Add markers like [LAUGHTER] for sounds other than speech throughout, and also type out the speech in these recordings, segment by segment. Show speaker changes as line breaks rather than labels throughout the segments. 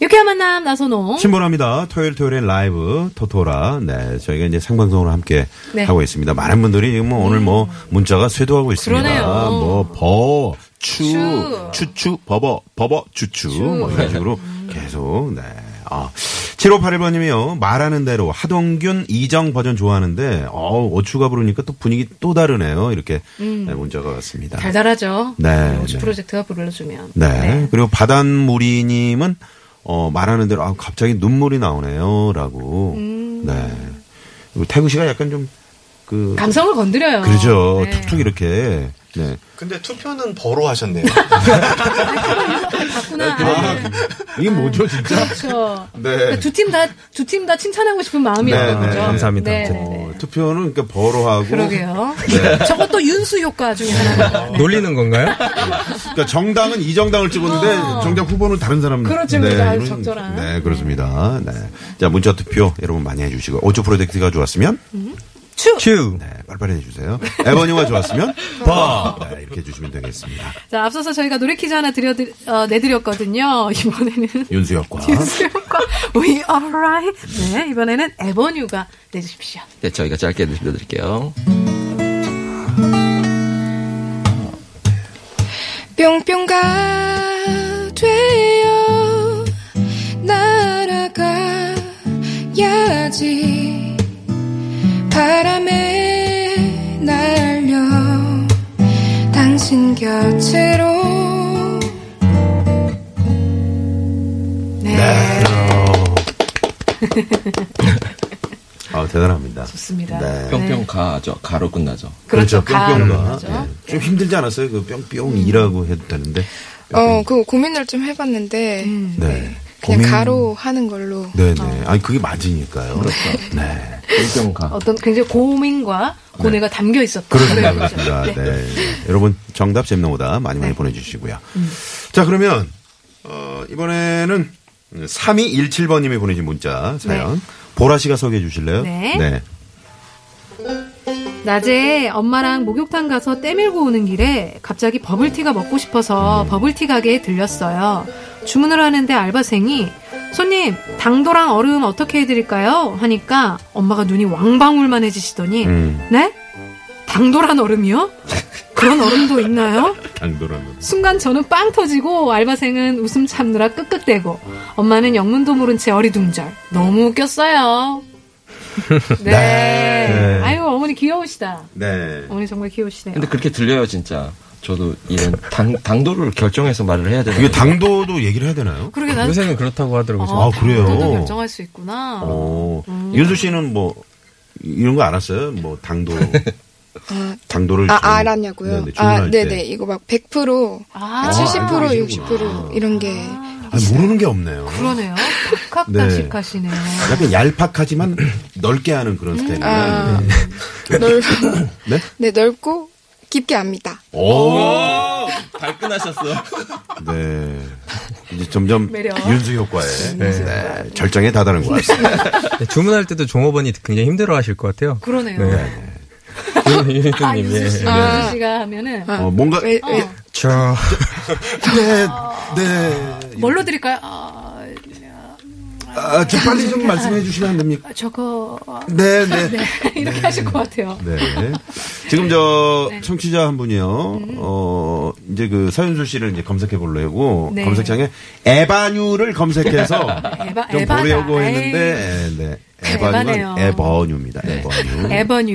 유쾌한 만남 나선홍.
신보라입니다. 토요일 토요일엔 라이브 토토라. 네, 저희가 이제 생방송으로 함께
네. 음.
하고 있습니다. 많은 분들이 지금 뭐 오늘 뭐 문자가 쇄도하고 있습니다.
그러네요.
아, 뭐 버, 추,
추.
추추, 버버, 버버, 추추. 뭐 이런 식으로 계속 네. 아. 7581번님이요. 말하는 대로 하동균 이정 버전 좋아하는데 어우 오추가 부르니까 또 분위기 또 다르네요. 이렇게
음.
네, 문자가 왔습니다.
달달하죠.
네,
오즈
네.
프로젝트가 불러주면.
네. 그리고 바닷무리님은 어, 말하는 대로 아, 갑자기 눈물이 나오네요라고. 네. 그리고 태구 씨가 약간 좀그
음. 감성을 건드려요.
그렇죠.
네.
툭툭 이렇게. 네.
근데 투표는 버로 하셨네요.
봤구나.
이게 뭐죠, 진짜?
그렇죠.
아, 네.
두 팀 다 두 팀 다 칭찬하고 싶은 마음이었던
네, 네.
거죠.
감사합니다.
네, 네, 네.
어, 네. 투표는 그러니까 버로 하고
그러게요. 저것도 윤수 효과 중에
네.
하나예요.
놀리는 건가요?
그러니까 정당은 이 정당을 찍었는데 정작 후보는 다른 사람.
어. 그렇죠, 그렇죠. 아주
이런-
적절한.
네, 그렇습니다. 네. 자, 문자 투표 여러분 많이 해주시고 오초 프로젝트가 좋았으면
큐.
네, 빨리빨리
[LAUGHS]
해주세요. 에버니와 좋았으면 버 네, 이렇게 해주시면 되겠습니다.
자, 앞서서 저희가 노래 퀴즈 하나 드려 어, 내드렸거든요. 이번에는
윤수혁과
[LAUGHS] 윤수 효과 We Alright. 네, 이번에는 에버뉴가 내주십시오.
네, 저희가 짧게 들려드릴게요.
뿅뿅가 되어 날아가야지 바람에 날려 당신 곁으로
네.
아, 대단합니다.
좋습니다.
네.
뿅뿅 가죠. 가로 끝나죠.
그렇죠.
뿅뿅과.
가을이죠. 음.
예. 좀 힘들지 않았어요? 그 뿅뿅이라고 해도 되는데.
어 그 고민을 좀 해봤는데
네.
그냥
고민-
가로 하는 걸로
네네.
어.
아니, 그게 맞으니까요. 그렇죠. 네.
뿅뿅 가.
어떤 굉장히 고민과 고뇌가 담겨 있었던
그렇습니다.
노래였죠.
그렇습니다.
네.
네. 여러분, 정답 재밌는 오다 많이 많이 보내주시고요.
음.
자, 그러면, 어, 이번에는 3217번님이 보내신 문자 사연. 보라 씨가 소개해 주실래요?
네. 낮에 엄마랑 목욕탕 가서 떼밀고 오는 길에 갑자기 버블티가 먹고 싶어서
음.
버블티 가게에 들렸어요. 주문을 하는데 알바생이 손님 당도랑 얼음 어떻게 해드릴까요? 하니까 엄마가 눈이 왕방울만해지시더니
음.
네? 당도란 얼음이요? 그런 얼음도 있나요?
당도라면.
순간 저는 빵 터지고 알바생은 웃음 참느라 끄끄대고 엄마는 영문도 모른 채 어리둥절 너무
[LAUGHS]
웃겼어요. 네.
네.
아유 어머니 귀여우시다.
네.
어머니 정말 귀여우시네요.
근데 그렇게 들려요, 진짜. 저도 이런 당, 당도를 결정해서 말을 해야 되나요?
이게 당도도 얘기를 해야 되나요?
아, 그러게 난
요새는 그렇다고 하더라고요.
아, 그래요?
당도도 결정할 수 있구나.
어, 윤수 씨는 뭐 이런 거 알았어요? 뭐
[LAUGHS]
당도
아,
당도를
아,
좀-
알았냐고요?
네네,
아,
주문할 때.
네네. 이거 막 100%,
아,
70%,
알고 계시구나.
60% 이런 게.
아니, 모르는 게 없네요.
그러네요. 각각다식하시네요.
약간 얄팍하지만 넓게 하는 그런 스타일이에요.
아, 넓,
네?
네, 넓고 깊게 압니다.
오,
발끈하셨어.
네. 이제 점점
매력.
윤수 효과에 네. 절정에 다다른 것 같습니다.
네, 주문할 때도 종업원이 굉장히 힘들어하실 것 같아요.
그러네요. 아,
[LAUGHS] 유리님,
네.
유수 씨,
예.
유수 씨가 하면은
어, 뭔가
아. 왜, 왜,
저
네, 네.
뭘로 드릴까요? 아,
아, 좀 빨리 좀 말씀해 주시면 안 됩니까?
아, 저거
네, 네.
[LAUGHS] 이렇게 하실 것 같아요.
네. 지금
[LAUGHS]
저
네.
청취자 한 분이요.
음.
어 이제 그 서윤수 씨를 이제 검색해 보려고
네.
검색창에 에바뉴를 검색해서
[LAUGHS] 에바-
아, 좀
에바다.
보려고
에이.
했는데 네. 에바뉴는
에바네요.
에버뉴입니다. 에버뉴.
에버뉴.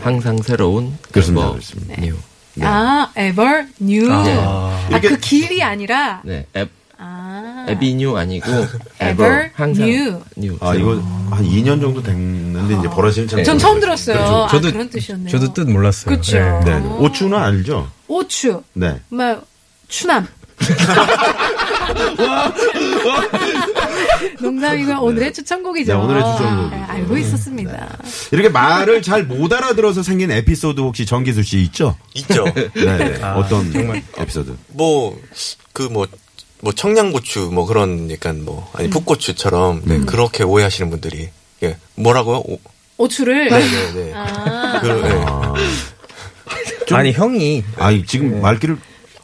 항상 새로운
네.
뭐
그렇습니다,
앨범.
그렇습니다. 네.
뉴.
아, 에버뉴.
아.
아, 그 길이 아니라
네, 앱,
아.
에비뉴
[LAUGHS]
아니고
Ever
에버 항상
new.
뉴.
아 이거 한 2년 정도 됐는데 이제 버라 씨는 참.
전 처음 들었어요.
저-
아,
저도
그런 뜻이었네요.
저도 뜻 몰랐어요.
그쵸.
예.
네. 오추는 알죠.
뭐, 오추,
네.
막 추남. 농담이고요. 오늘의 추천곡이죠.
네, 오늘의 추천곡이죠. 네.
아, 알고 있었습니다.
이렇게 말을 잘 못 알아들어서 생긴 에피소드 혹시 정기수 씨 있죠?
있죠.
네. 어떤 에피소드?
뭐, 그 뭐, 뭐 청양고추 뭐 그런 약간 뭐, 아니 풋고추처럼 네, 그렇게 오해하시는 분들이. 예, 뭐라고요? 오,
오추를
네, 네. 그, 예.
아니 형이
아 지금 말귀를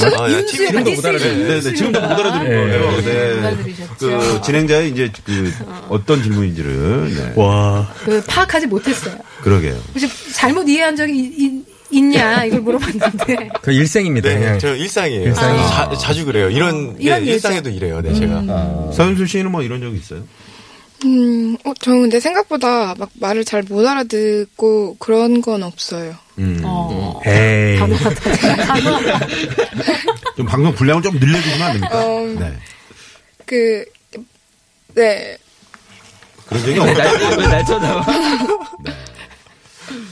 아, 야, 지금
지금도
못 알아들어요.
네, 네, 지금도 못 알아들은 거예요. 네.
알아들으셨죠.
그 진행자의 이제 그 어떤 질문인지를 네.
와
그 파악하지 못했어요.
그러게요.
혹시 잘못 이해한 적이 이- 이- 있냐 이걸 물어봤는데
그 일생입니다.
네,
그냥
저 일상이에요. 아.
일상이.
자, 자주 그래요. 이런,
이런
예, 일상에도 이래요. 네, 제가.
서윤수 씨는 뭐 이런 적 있어요?
음, 어, 저는 근데 생각보다 막 말을 잘 못 알아듣고 그런 건 없어요.
음.
어,
에이
단어 같아.
좀 방송 분량을 좀 늘려주시면 안 됩니까?
어.
네.
그, 네.
그런 적이 없다.
날 쳐다봐.
[LAUGHS]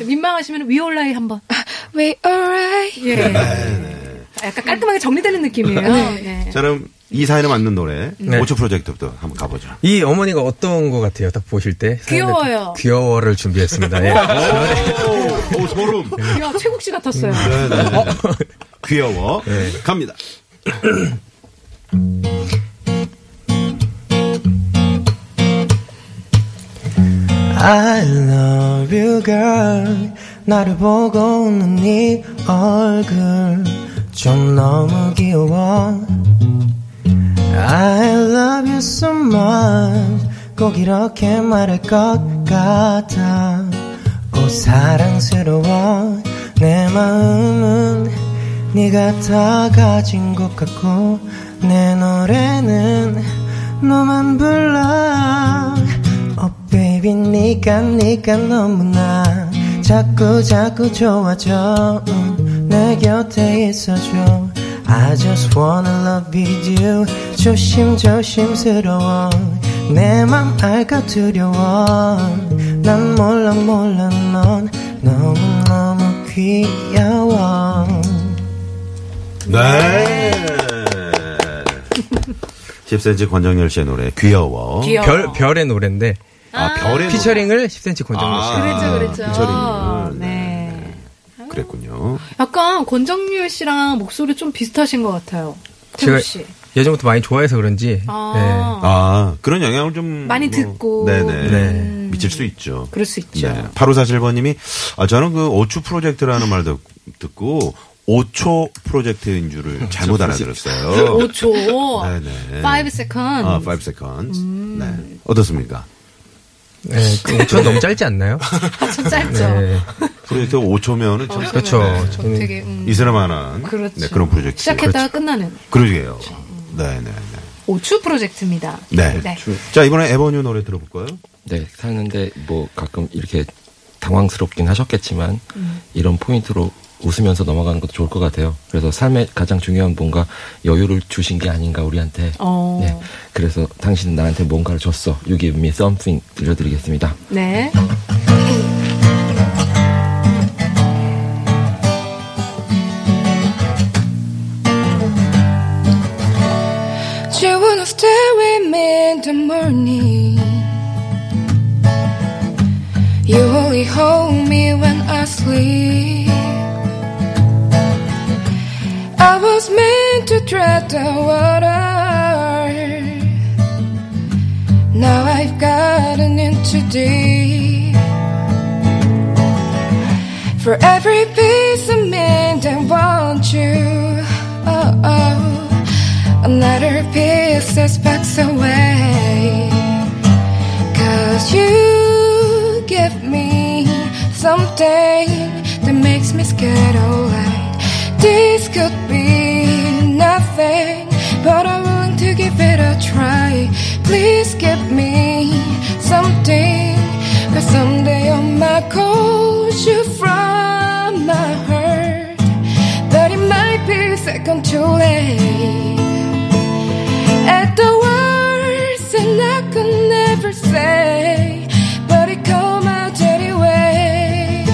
민망하시면 위올라이 한번.
We alright.
예.
네.
아, 약간 깔끔하게 정리되는 느낌이에요. 네.
자, 그럼 이 사연에 맞는 노래
네.
5초 프로젝트부터 한번 가보죠.
이 어머니가 어떤 것 같아요? 딱 보실 때 사연을
귀여워요.
딱- 귀여워를 준비했습니다. 예.
오, 오, 소름.
야, 최국 씨 같았어요.
네, 네, 네. 귀여워. 갑니다.
I love you girl 나를 보고 웃는 네 얼굴 좀 너무 귀여워 I love you so much 꼭 이렇게 말할 것 같아 오 사랑스러워 내 마음은 네가 다 가진 것 같고 내 노래는 너만 불러 Oh baby 네가 네가 너무나 자꾸 자꾸 좋아져 음, 내 곁에 있어줘 I just wanna love you 조심조심스러워 내 맘 알까 두려워 난 몰라 몰라 넌 너무너무 귀여워
네. 10cm 권정열 씨의 노래 귀여워.
귀여워.
별 별의 노래인데
아, 별의
피처링을 10cm 권정렬 씨.
아.
그랬죠, 그랬죠.
피처링을.
네.
노래. 그랬군요.
약간 권정률 씨랑 목소리 좀 비슷하신 것 같아요.
제가
태국 씨.
네.
예전부터 많이 좋아해서 그런지
아.
아, 그런 영향을 좀
많이
뭐,
듣고. 음. 그렇죠.
네네.
네.
미칠 수 있죠.
그럴 수 있죠.
네. 8547번님이 아, 저는 그 5초
음.
프로젝트라는 말 듣- 듣고 5초 프로젝트인 줄을 잘못 알아들었어요.
5초.
네네.
5 second.
아, 5 seconds.
음.
네. 어떻습니까?
네. 네. 그 [LAUGHS] 5초 너무 짧지 않나요?
참 아, 짧죠.
네.
프로젝트 5초면은 참
그렇죠. 저는
되게, 음,
이스라만한
그렇죠.
네, 그런 프로젝트.
시작했다가 끝나는
그러게요. 네, 네, 네.
오추 프로젝트입니다.
네.
네.
자, 이번에 에버뉴 노래 들어볼까요?
네, 사는데 뭐 가끔 이렇게 당황스럽긴 하셨겠지만
음.
이런 포인트로 웃으면서 넘어가는 것도 좋을 것 같아요. 그래서 삶의 가장 중요한 뭔가 여유를 주신 게 아닌가 우리한테.
어.
네. 그래서 당신은 나한테 뭔가를 줬어. You give me something 들려드리겠습니다.
네.
You wanna stay with me in the morning. You only hold me when I sleep. I was meant to tread the water. Now I've gotten in too deep. For every piece of me that want you, oh, oh, another piece is packed away. Cause you give me something that makes me scared, alright. This could be nothing, but I'm willing to give it a try. Please give me something, cause someday I might cold you from my heart. But it might be a second too late. At the worst, and I could never say, but it come out anyway.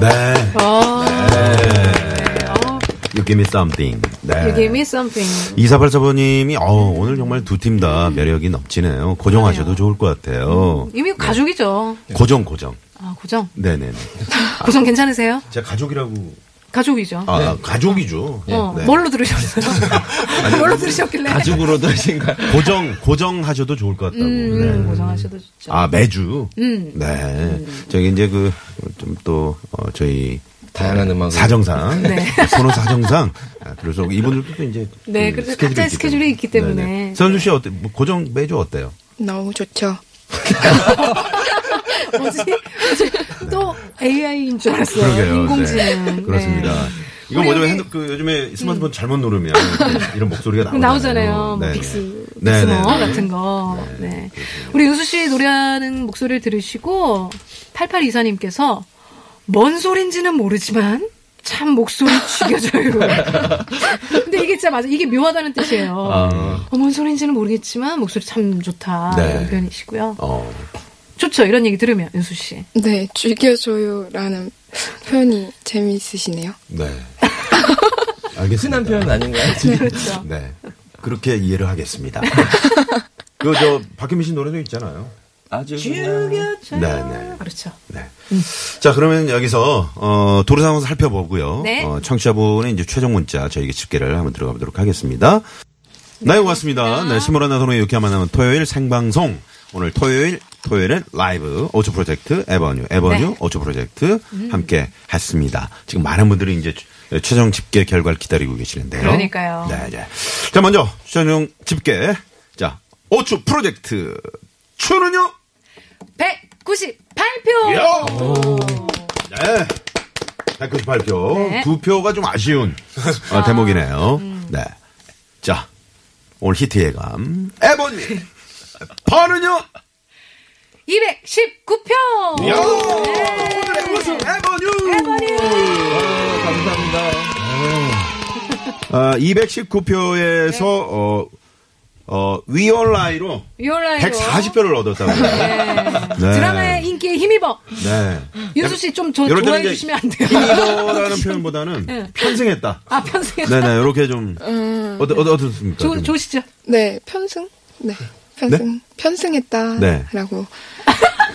네.
어,
You give me something. 네.
You give me something.
2484번님이 어, 오늘 정말 두 팀 다 매력이 넘치네요. 고정하셔도 좋을 것 같아요.
이미 가족이죠.
고정 고정.
아, 고정.
네네네.
고정 괜찮으세요?
제 가족이라고.
가족이죠.
아 가족이죠.
네. 어,
네.
뭘로
[LAUGHS]
들으셨어요? 뭘로 들으셨길래?
가죽으로 [LAUGHS] 드신가?
고정 고정하셔도 좋을 것 같다고. 네.
음, 고정하셔도 좋죠.
아 매주.
음.
네. 저희 이제 그 좀 또 어, 저희
다양한 음악
[LAUGHS]
사정상
네.
선호 사정상 아, 그래서 이분들도 또 이제
네, 그래서 각자의 스케줄이 있기 때문에.
선주 씨 어때? 뭐 고정 매주 어때요?
너무 좋죠.
뭐지? 또 AI인 줄 알았어요.
네. 그러게요.
인공지능.
네.
네.
그렇습니다. 이거
우리 여기-
뭐냐면
음.
핸드, 그 요즘에 스마트폰 잘못 누르면 이런 목소리가
나오잖아요.
나오잖아요.
뭐
어, 네네.
빅스,
네네.
빅스머 뭐 같은 거. 네. 우리 윤수 씨 노래하는 목소리를 들으시고 8824님께서 뭔 소린지는 모르지만 참 목소리 죽여줘요. [LAUGHS] 근데 이게 진짜 맞아. 이게 묘하다는 뜻이에요. 어, 뭔 소린지는 모르겠지만 목소리 참 좋다.
아. 네.
이런 표현이시고요.
어.
좋죠. 이런 얘기 들으면 윤수 씨.
네, 죽여줘요라는 표현이 재미있으시네요.
네. 알겠습니다.
흔한 표현 아닌가요?
그렇죠.
네. 그렇게 이해를
[LAUGHS]
하겠습니다. 그, 저, 박현민 씨 노래도 있잖아요.
아주
네네.
그렇죠.
네. 자, 그러면 여기서, 어, 도로 상황 살펴보고요.
네.
어, 청취자분의 이제 최종 문자 저희에게 집계를 한번 들어가 보도록 하겠습니다. 네, 고맙습니다. 네, 스물하나 선호의 유쾌한 만남은 토요일 생방송. 오늘 토요일, 토요일은 라이브, 오초 프로젝트, 에버뉴, 에버뉴,
네.
오초 프로젝트 함께 했습니다. 지금 많은 분들이 이제 최- 최종 집계 결과를 기다리고 계시는데요.
그러니까요.
네, 네. 자, 먼저 최종 집계. 자, 오초 프로젝트. 추는요?
198표!
야! 네. 198표.
네. 음.
두 표가 좀 아쉬운 어, 대목이네요. 네. 자, 오늘 히트 예감. 에보님. 반은요?
219표!
야! 오늘의
네.
우승 에버뉴! 아,
감사합니다.
어, 219표에서,
네.
어, 어, 위얼라이로
요라이로.
140표를 얻었다고. 요 네.
네. 드라마의 인기에 힘입어.
네.
윤수 씨 좀 저
이럴 때는
좋아해
이제
주시면 안 돼요?
힘이라는 표현보다는 편승했다.
[LAUGHS] 아, 편승해.
네네, 이렇게 좀. 어떠, 어떠, 어떻습니까?
음. 좋,
좀.
좋으시죠?
네, 편승? 네, 편승.
네.
편승했다라고.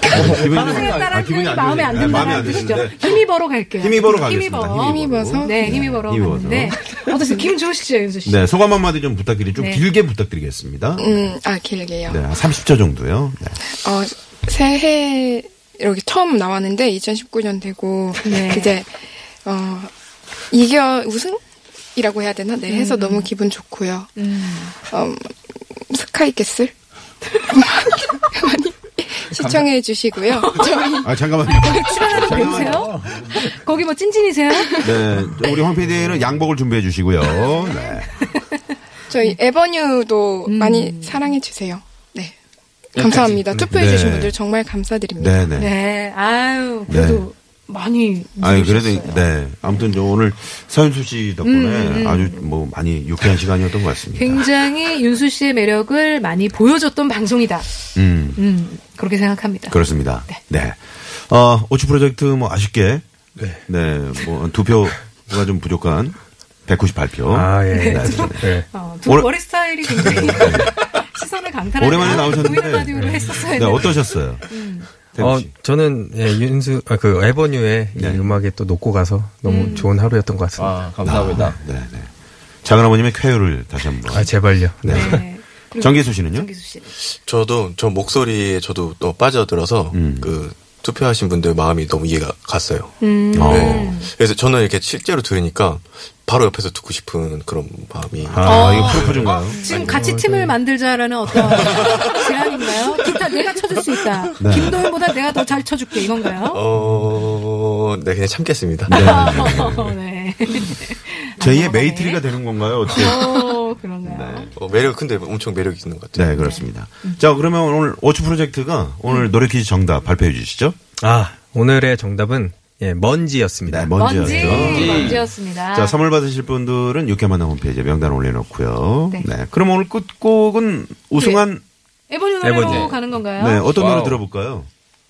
기분이 좀-
편승했다라는
아,
표현이 마음에 안
네, 마음에
든다는
안
뜻이죠.
드시는데.
힘입어로 갈게요.
힘입어로 가겠습니다.
힘입어.
힘입어서?
네, 힘입어로
힘입어서.
갔는데. 어떠세요? 기분 좋으시죠, 윤수 씨?
네, 소감 한마디 좀 부탁드리, 좀
네.
길게 부탁드리겠습니다.
음, 아, 길게요.
네, 한 30초 정도요. 네.
어, 새해 이렇게 처음 나왔는데 2019년 되고
네.
이제 어 이겨 우승이라고 해야 되나? 네, 해서 너무 기분 좋고요. 음, 스카이 캐슬 많이 시청해 주시고요. 저희
아, 잠깐만요.
출연하고 배우세요? 거기 뭐 찐찐이세요?
네, 우리 황 PD는 양복을 준비해 주시고요. 네.
저희 에버뉴도 많이 사랑해 주세요. 네. 감사합니다. 투표해 주신
네.
분들 정말 감사드립니다.
네네.
네. 아유, 그래도 많이.
네. 아니, 그래도,
웃으셨어요. 음,
네. 아무튼 저 오늘 서윤수 씨 덕분에 아주 뭐 많이 유쾌한 시간이었던 것 같습니다.
굉장히 윤수 씨의 매력을 많이 보여줬던 방송이다.
음,
음, 그렇게 생각합니다.
그렇습니다. 네. 어, 오츠 프로젝트 뭐 아쉽게. 네. 뭐, 두 표가 좀 부족한 198표.
아, 예. 네.
어, 두
오래- 네.
머리 스타일이
[LAUGHS]
굉장히 시선을 강탈하는
오랜만에
보이는
나오셨는데.
라디오로 했었어야
네,
했는데.
어떠셨어요? 태국
어,
씨.
저는, 예, 윤수, 아, 그, 에버뉴의 이
네.
음악에 또 놓고 가서 너무 좋은 하루였던 것 같습니다.
아, 감사합니다.
네네. 작은 아버님의 쾌유를 다시 한번.
아, 제발요. 네.
네. 그리고
정기수 씨는요?
정기수 씨.
저도 저 목소리에 저도 또 빠져들어서
음.
그 투표하신 분들 마음이 너무 이해가 갔어요.
음,
어.
네. 그래서 저는 이렇게 실제로 들으니까 바로 옆에서 듣고 싶은 그런 마음이
아, 이거 프로포즈인가요?
지금 같이
네.
팀을 만들자라는 어떤
[LAUGHS]
제안인가요? 기타 내가 쳐줄 수 있다.
네.
김도현보다 내가 더 잘 쳐줄게 이건가요?
어, 네 그냥 참겠습니다.
어,
네.
제2의 메이트리가 네, 되는 건가요? 어떻게?
오, 그런가요?
어, 매력 근데 엄청 매력 있는 것 같아요.
네, 음. 그렇습니다. 자, 그러면 오늘 오츠 프로젝트가 오늘 노래 퀴즈 정답 발표해 주시죠.
아, 오늘의 정답은, 예, 먼지였습니다.
네,
먼지,
먼지였죠.
먼지였습니다.
아.
자, 선물 받으실 분들은 육회 만남 홈페이지에 명단 올려놓고요.
네.
네. 그럼 오늘 끝곡은 우승한
에버뉴 노래로
에버뉴.
예.
가는 건가요?
네, 어떤
와우.
노래 들어볼까요?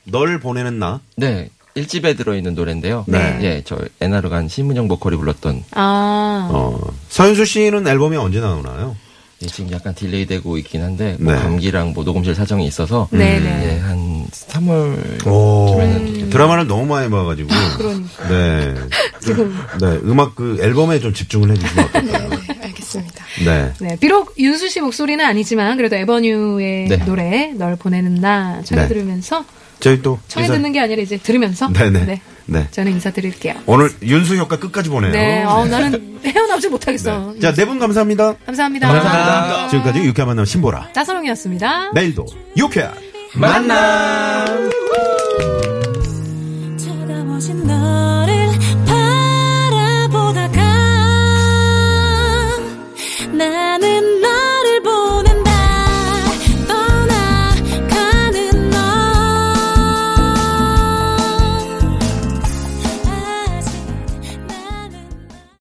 널 보내는 나.
네. 1집에 들어있는 노래인데요.
아. 네.
예, 저 에나로 간 신문영 보컬이 불렀던
아,
어, 서윤수 씨는 앨범이 언제 나오나요?
예, 지금 약간 딜레이되고 있긴 한데 뭐
네.
감기랑 뭐 녹음실 사정이 있어서
네네.
예, 한 3월
오. 음. 드라마를 너무 많이 봐가지고.
아,
그러니까.
네.
지금.
네, 음악 그 앨범에 좀 집중을 해주시면 어떨까요?
네, 알겠습니다.
네.
네, 비록 윤수 씨 목소리는 아니지만 그래도 에버뉴의
네.
노래 널 보내는 날 청해
네.
들으면서
저희 또.
청해
인사-
듣는 게 아니라 이제 들으면서
네네.
네,
네.
저는 인사드릴게요.
오늘 윤수 효과 끝까지 보내요.
네, 어, 나는 헤어나오지 못하겠어.
자, 네 분 감사합니다.
감사합니다.
지금까지 유쾌한 만남 신보라.
나선홍이었습니다.
내일도 유쾌한.
만나.
쳐다보신 너를 봐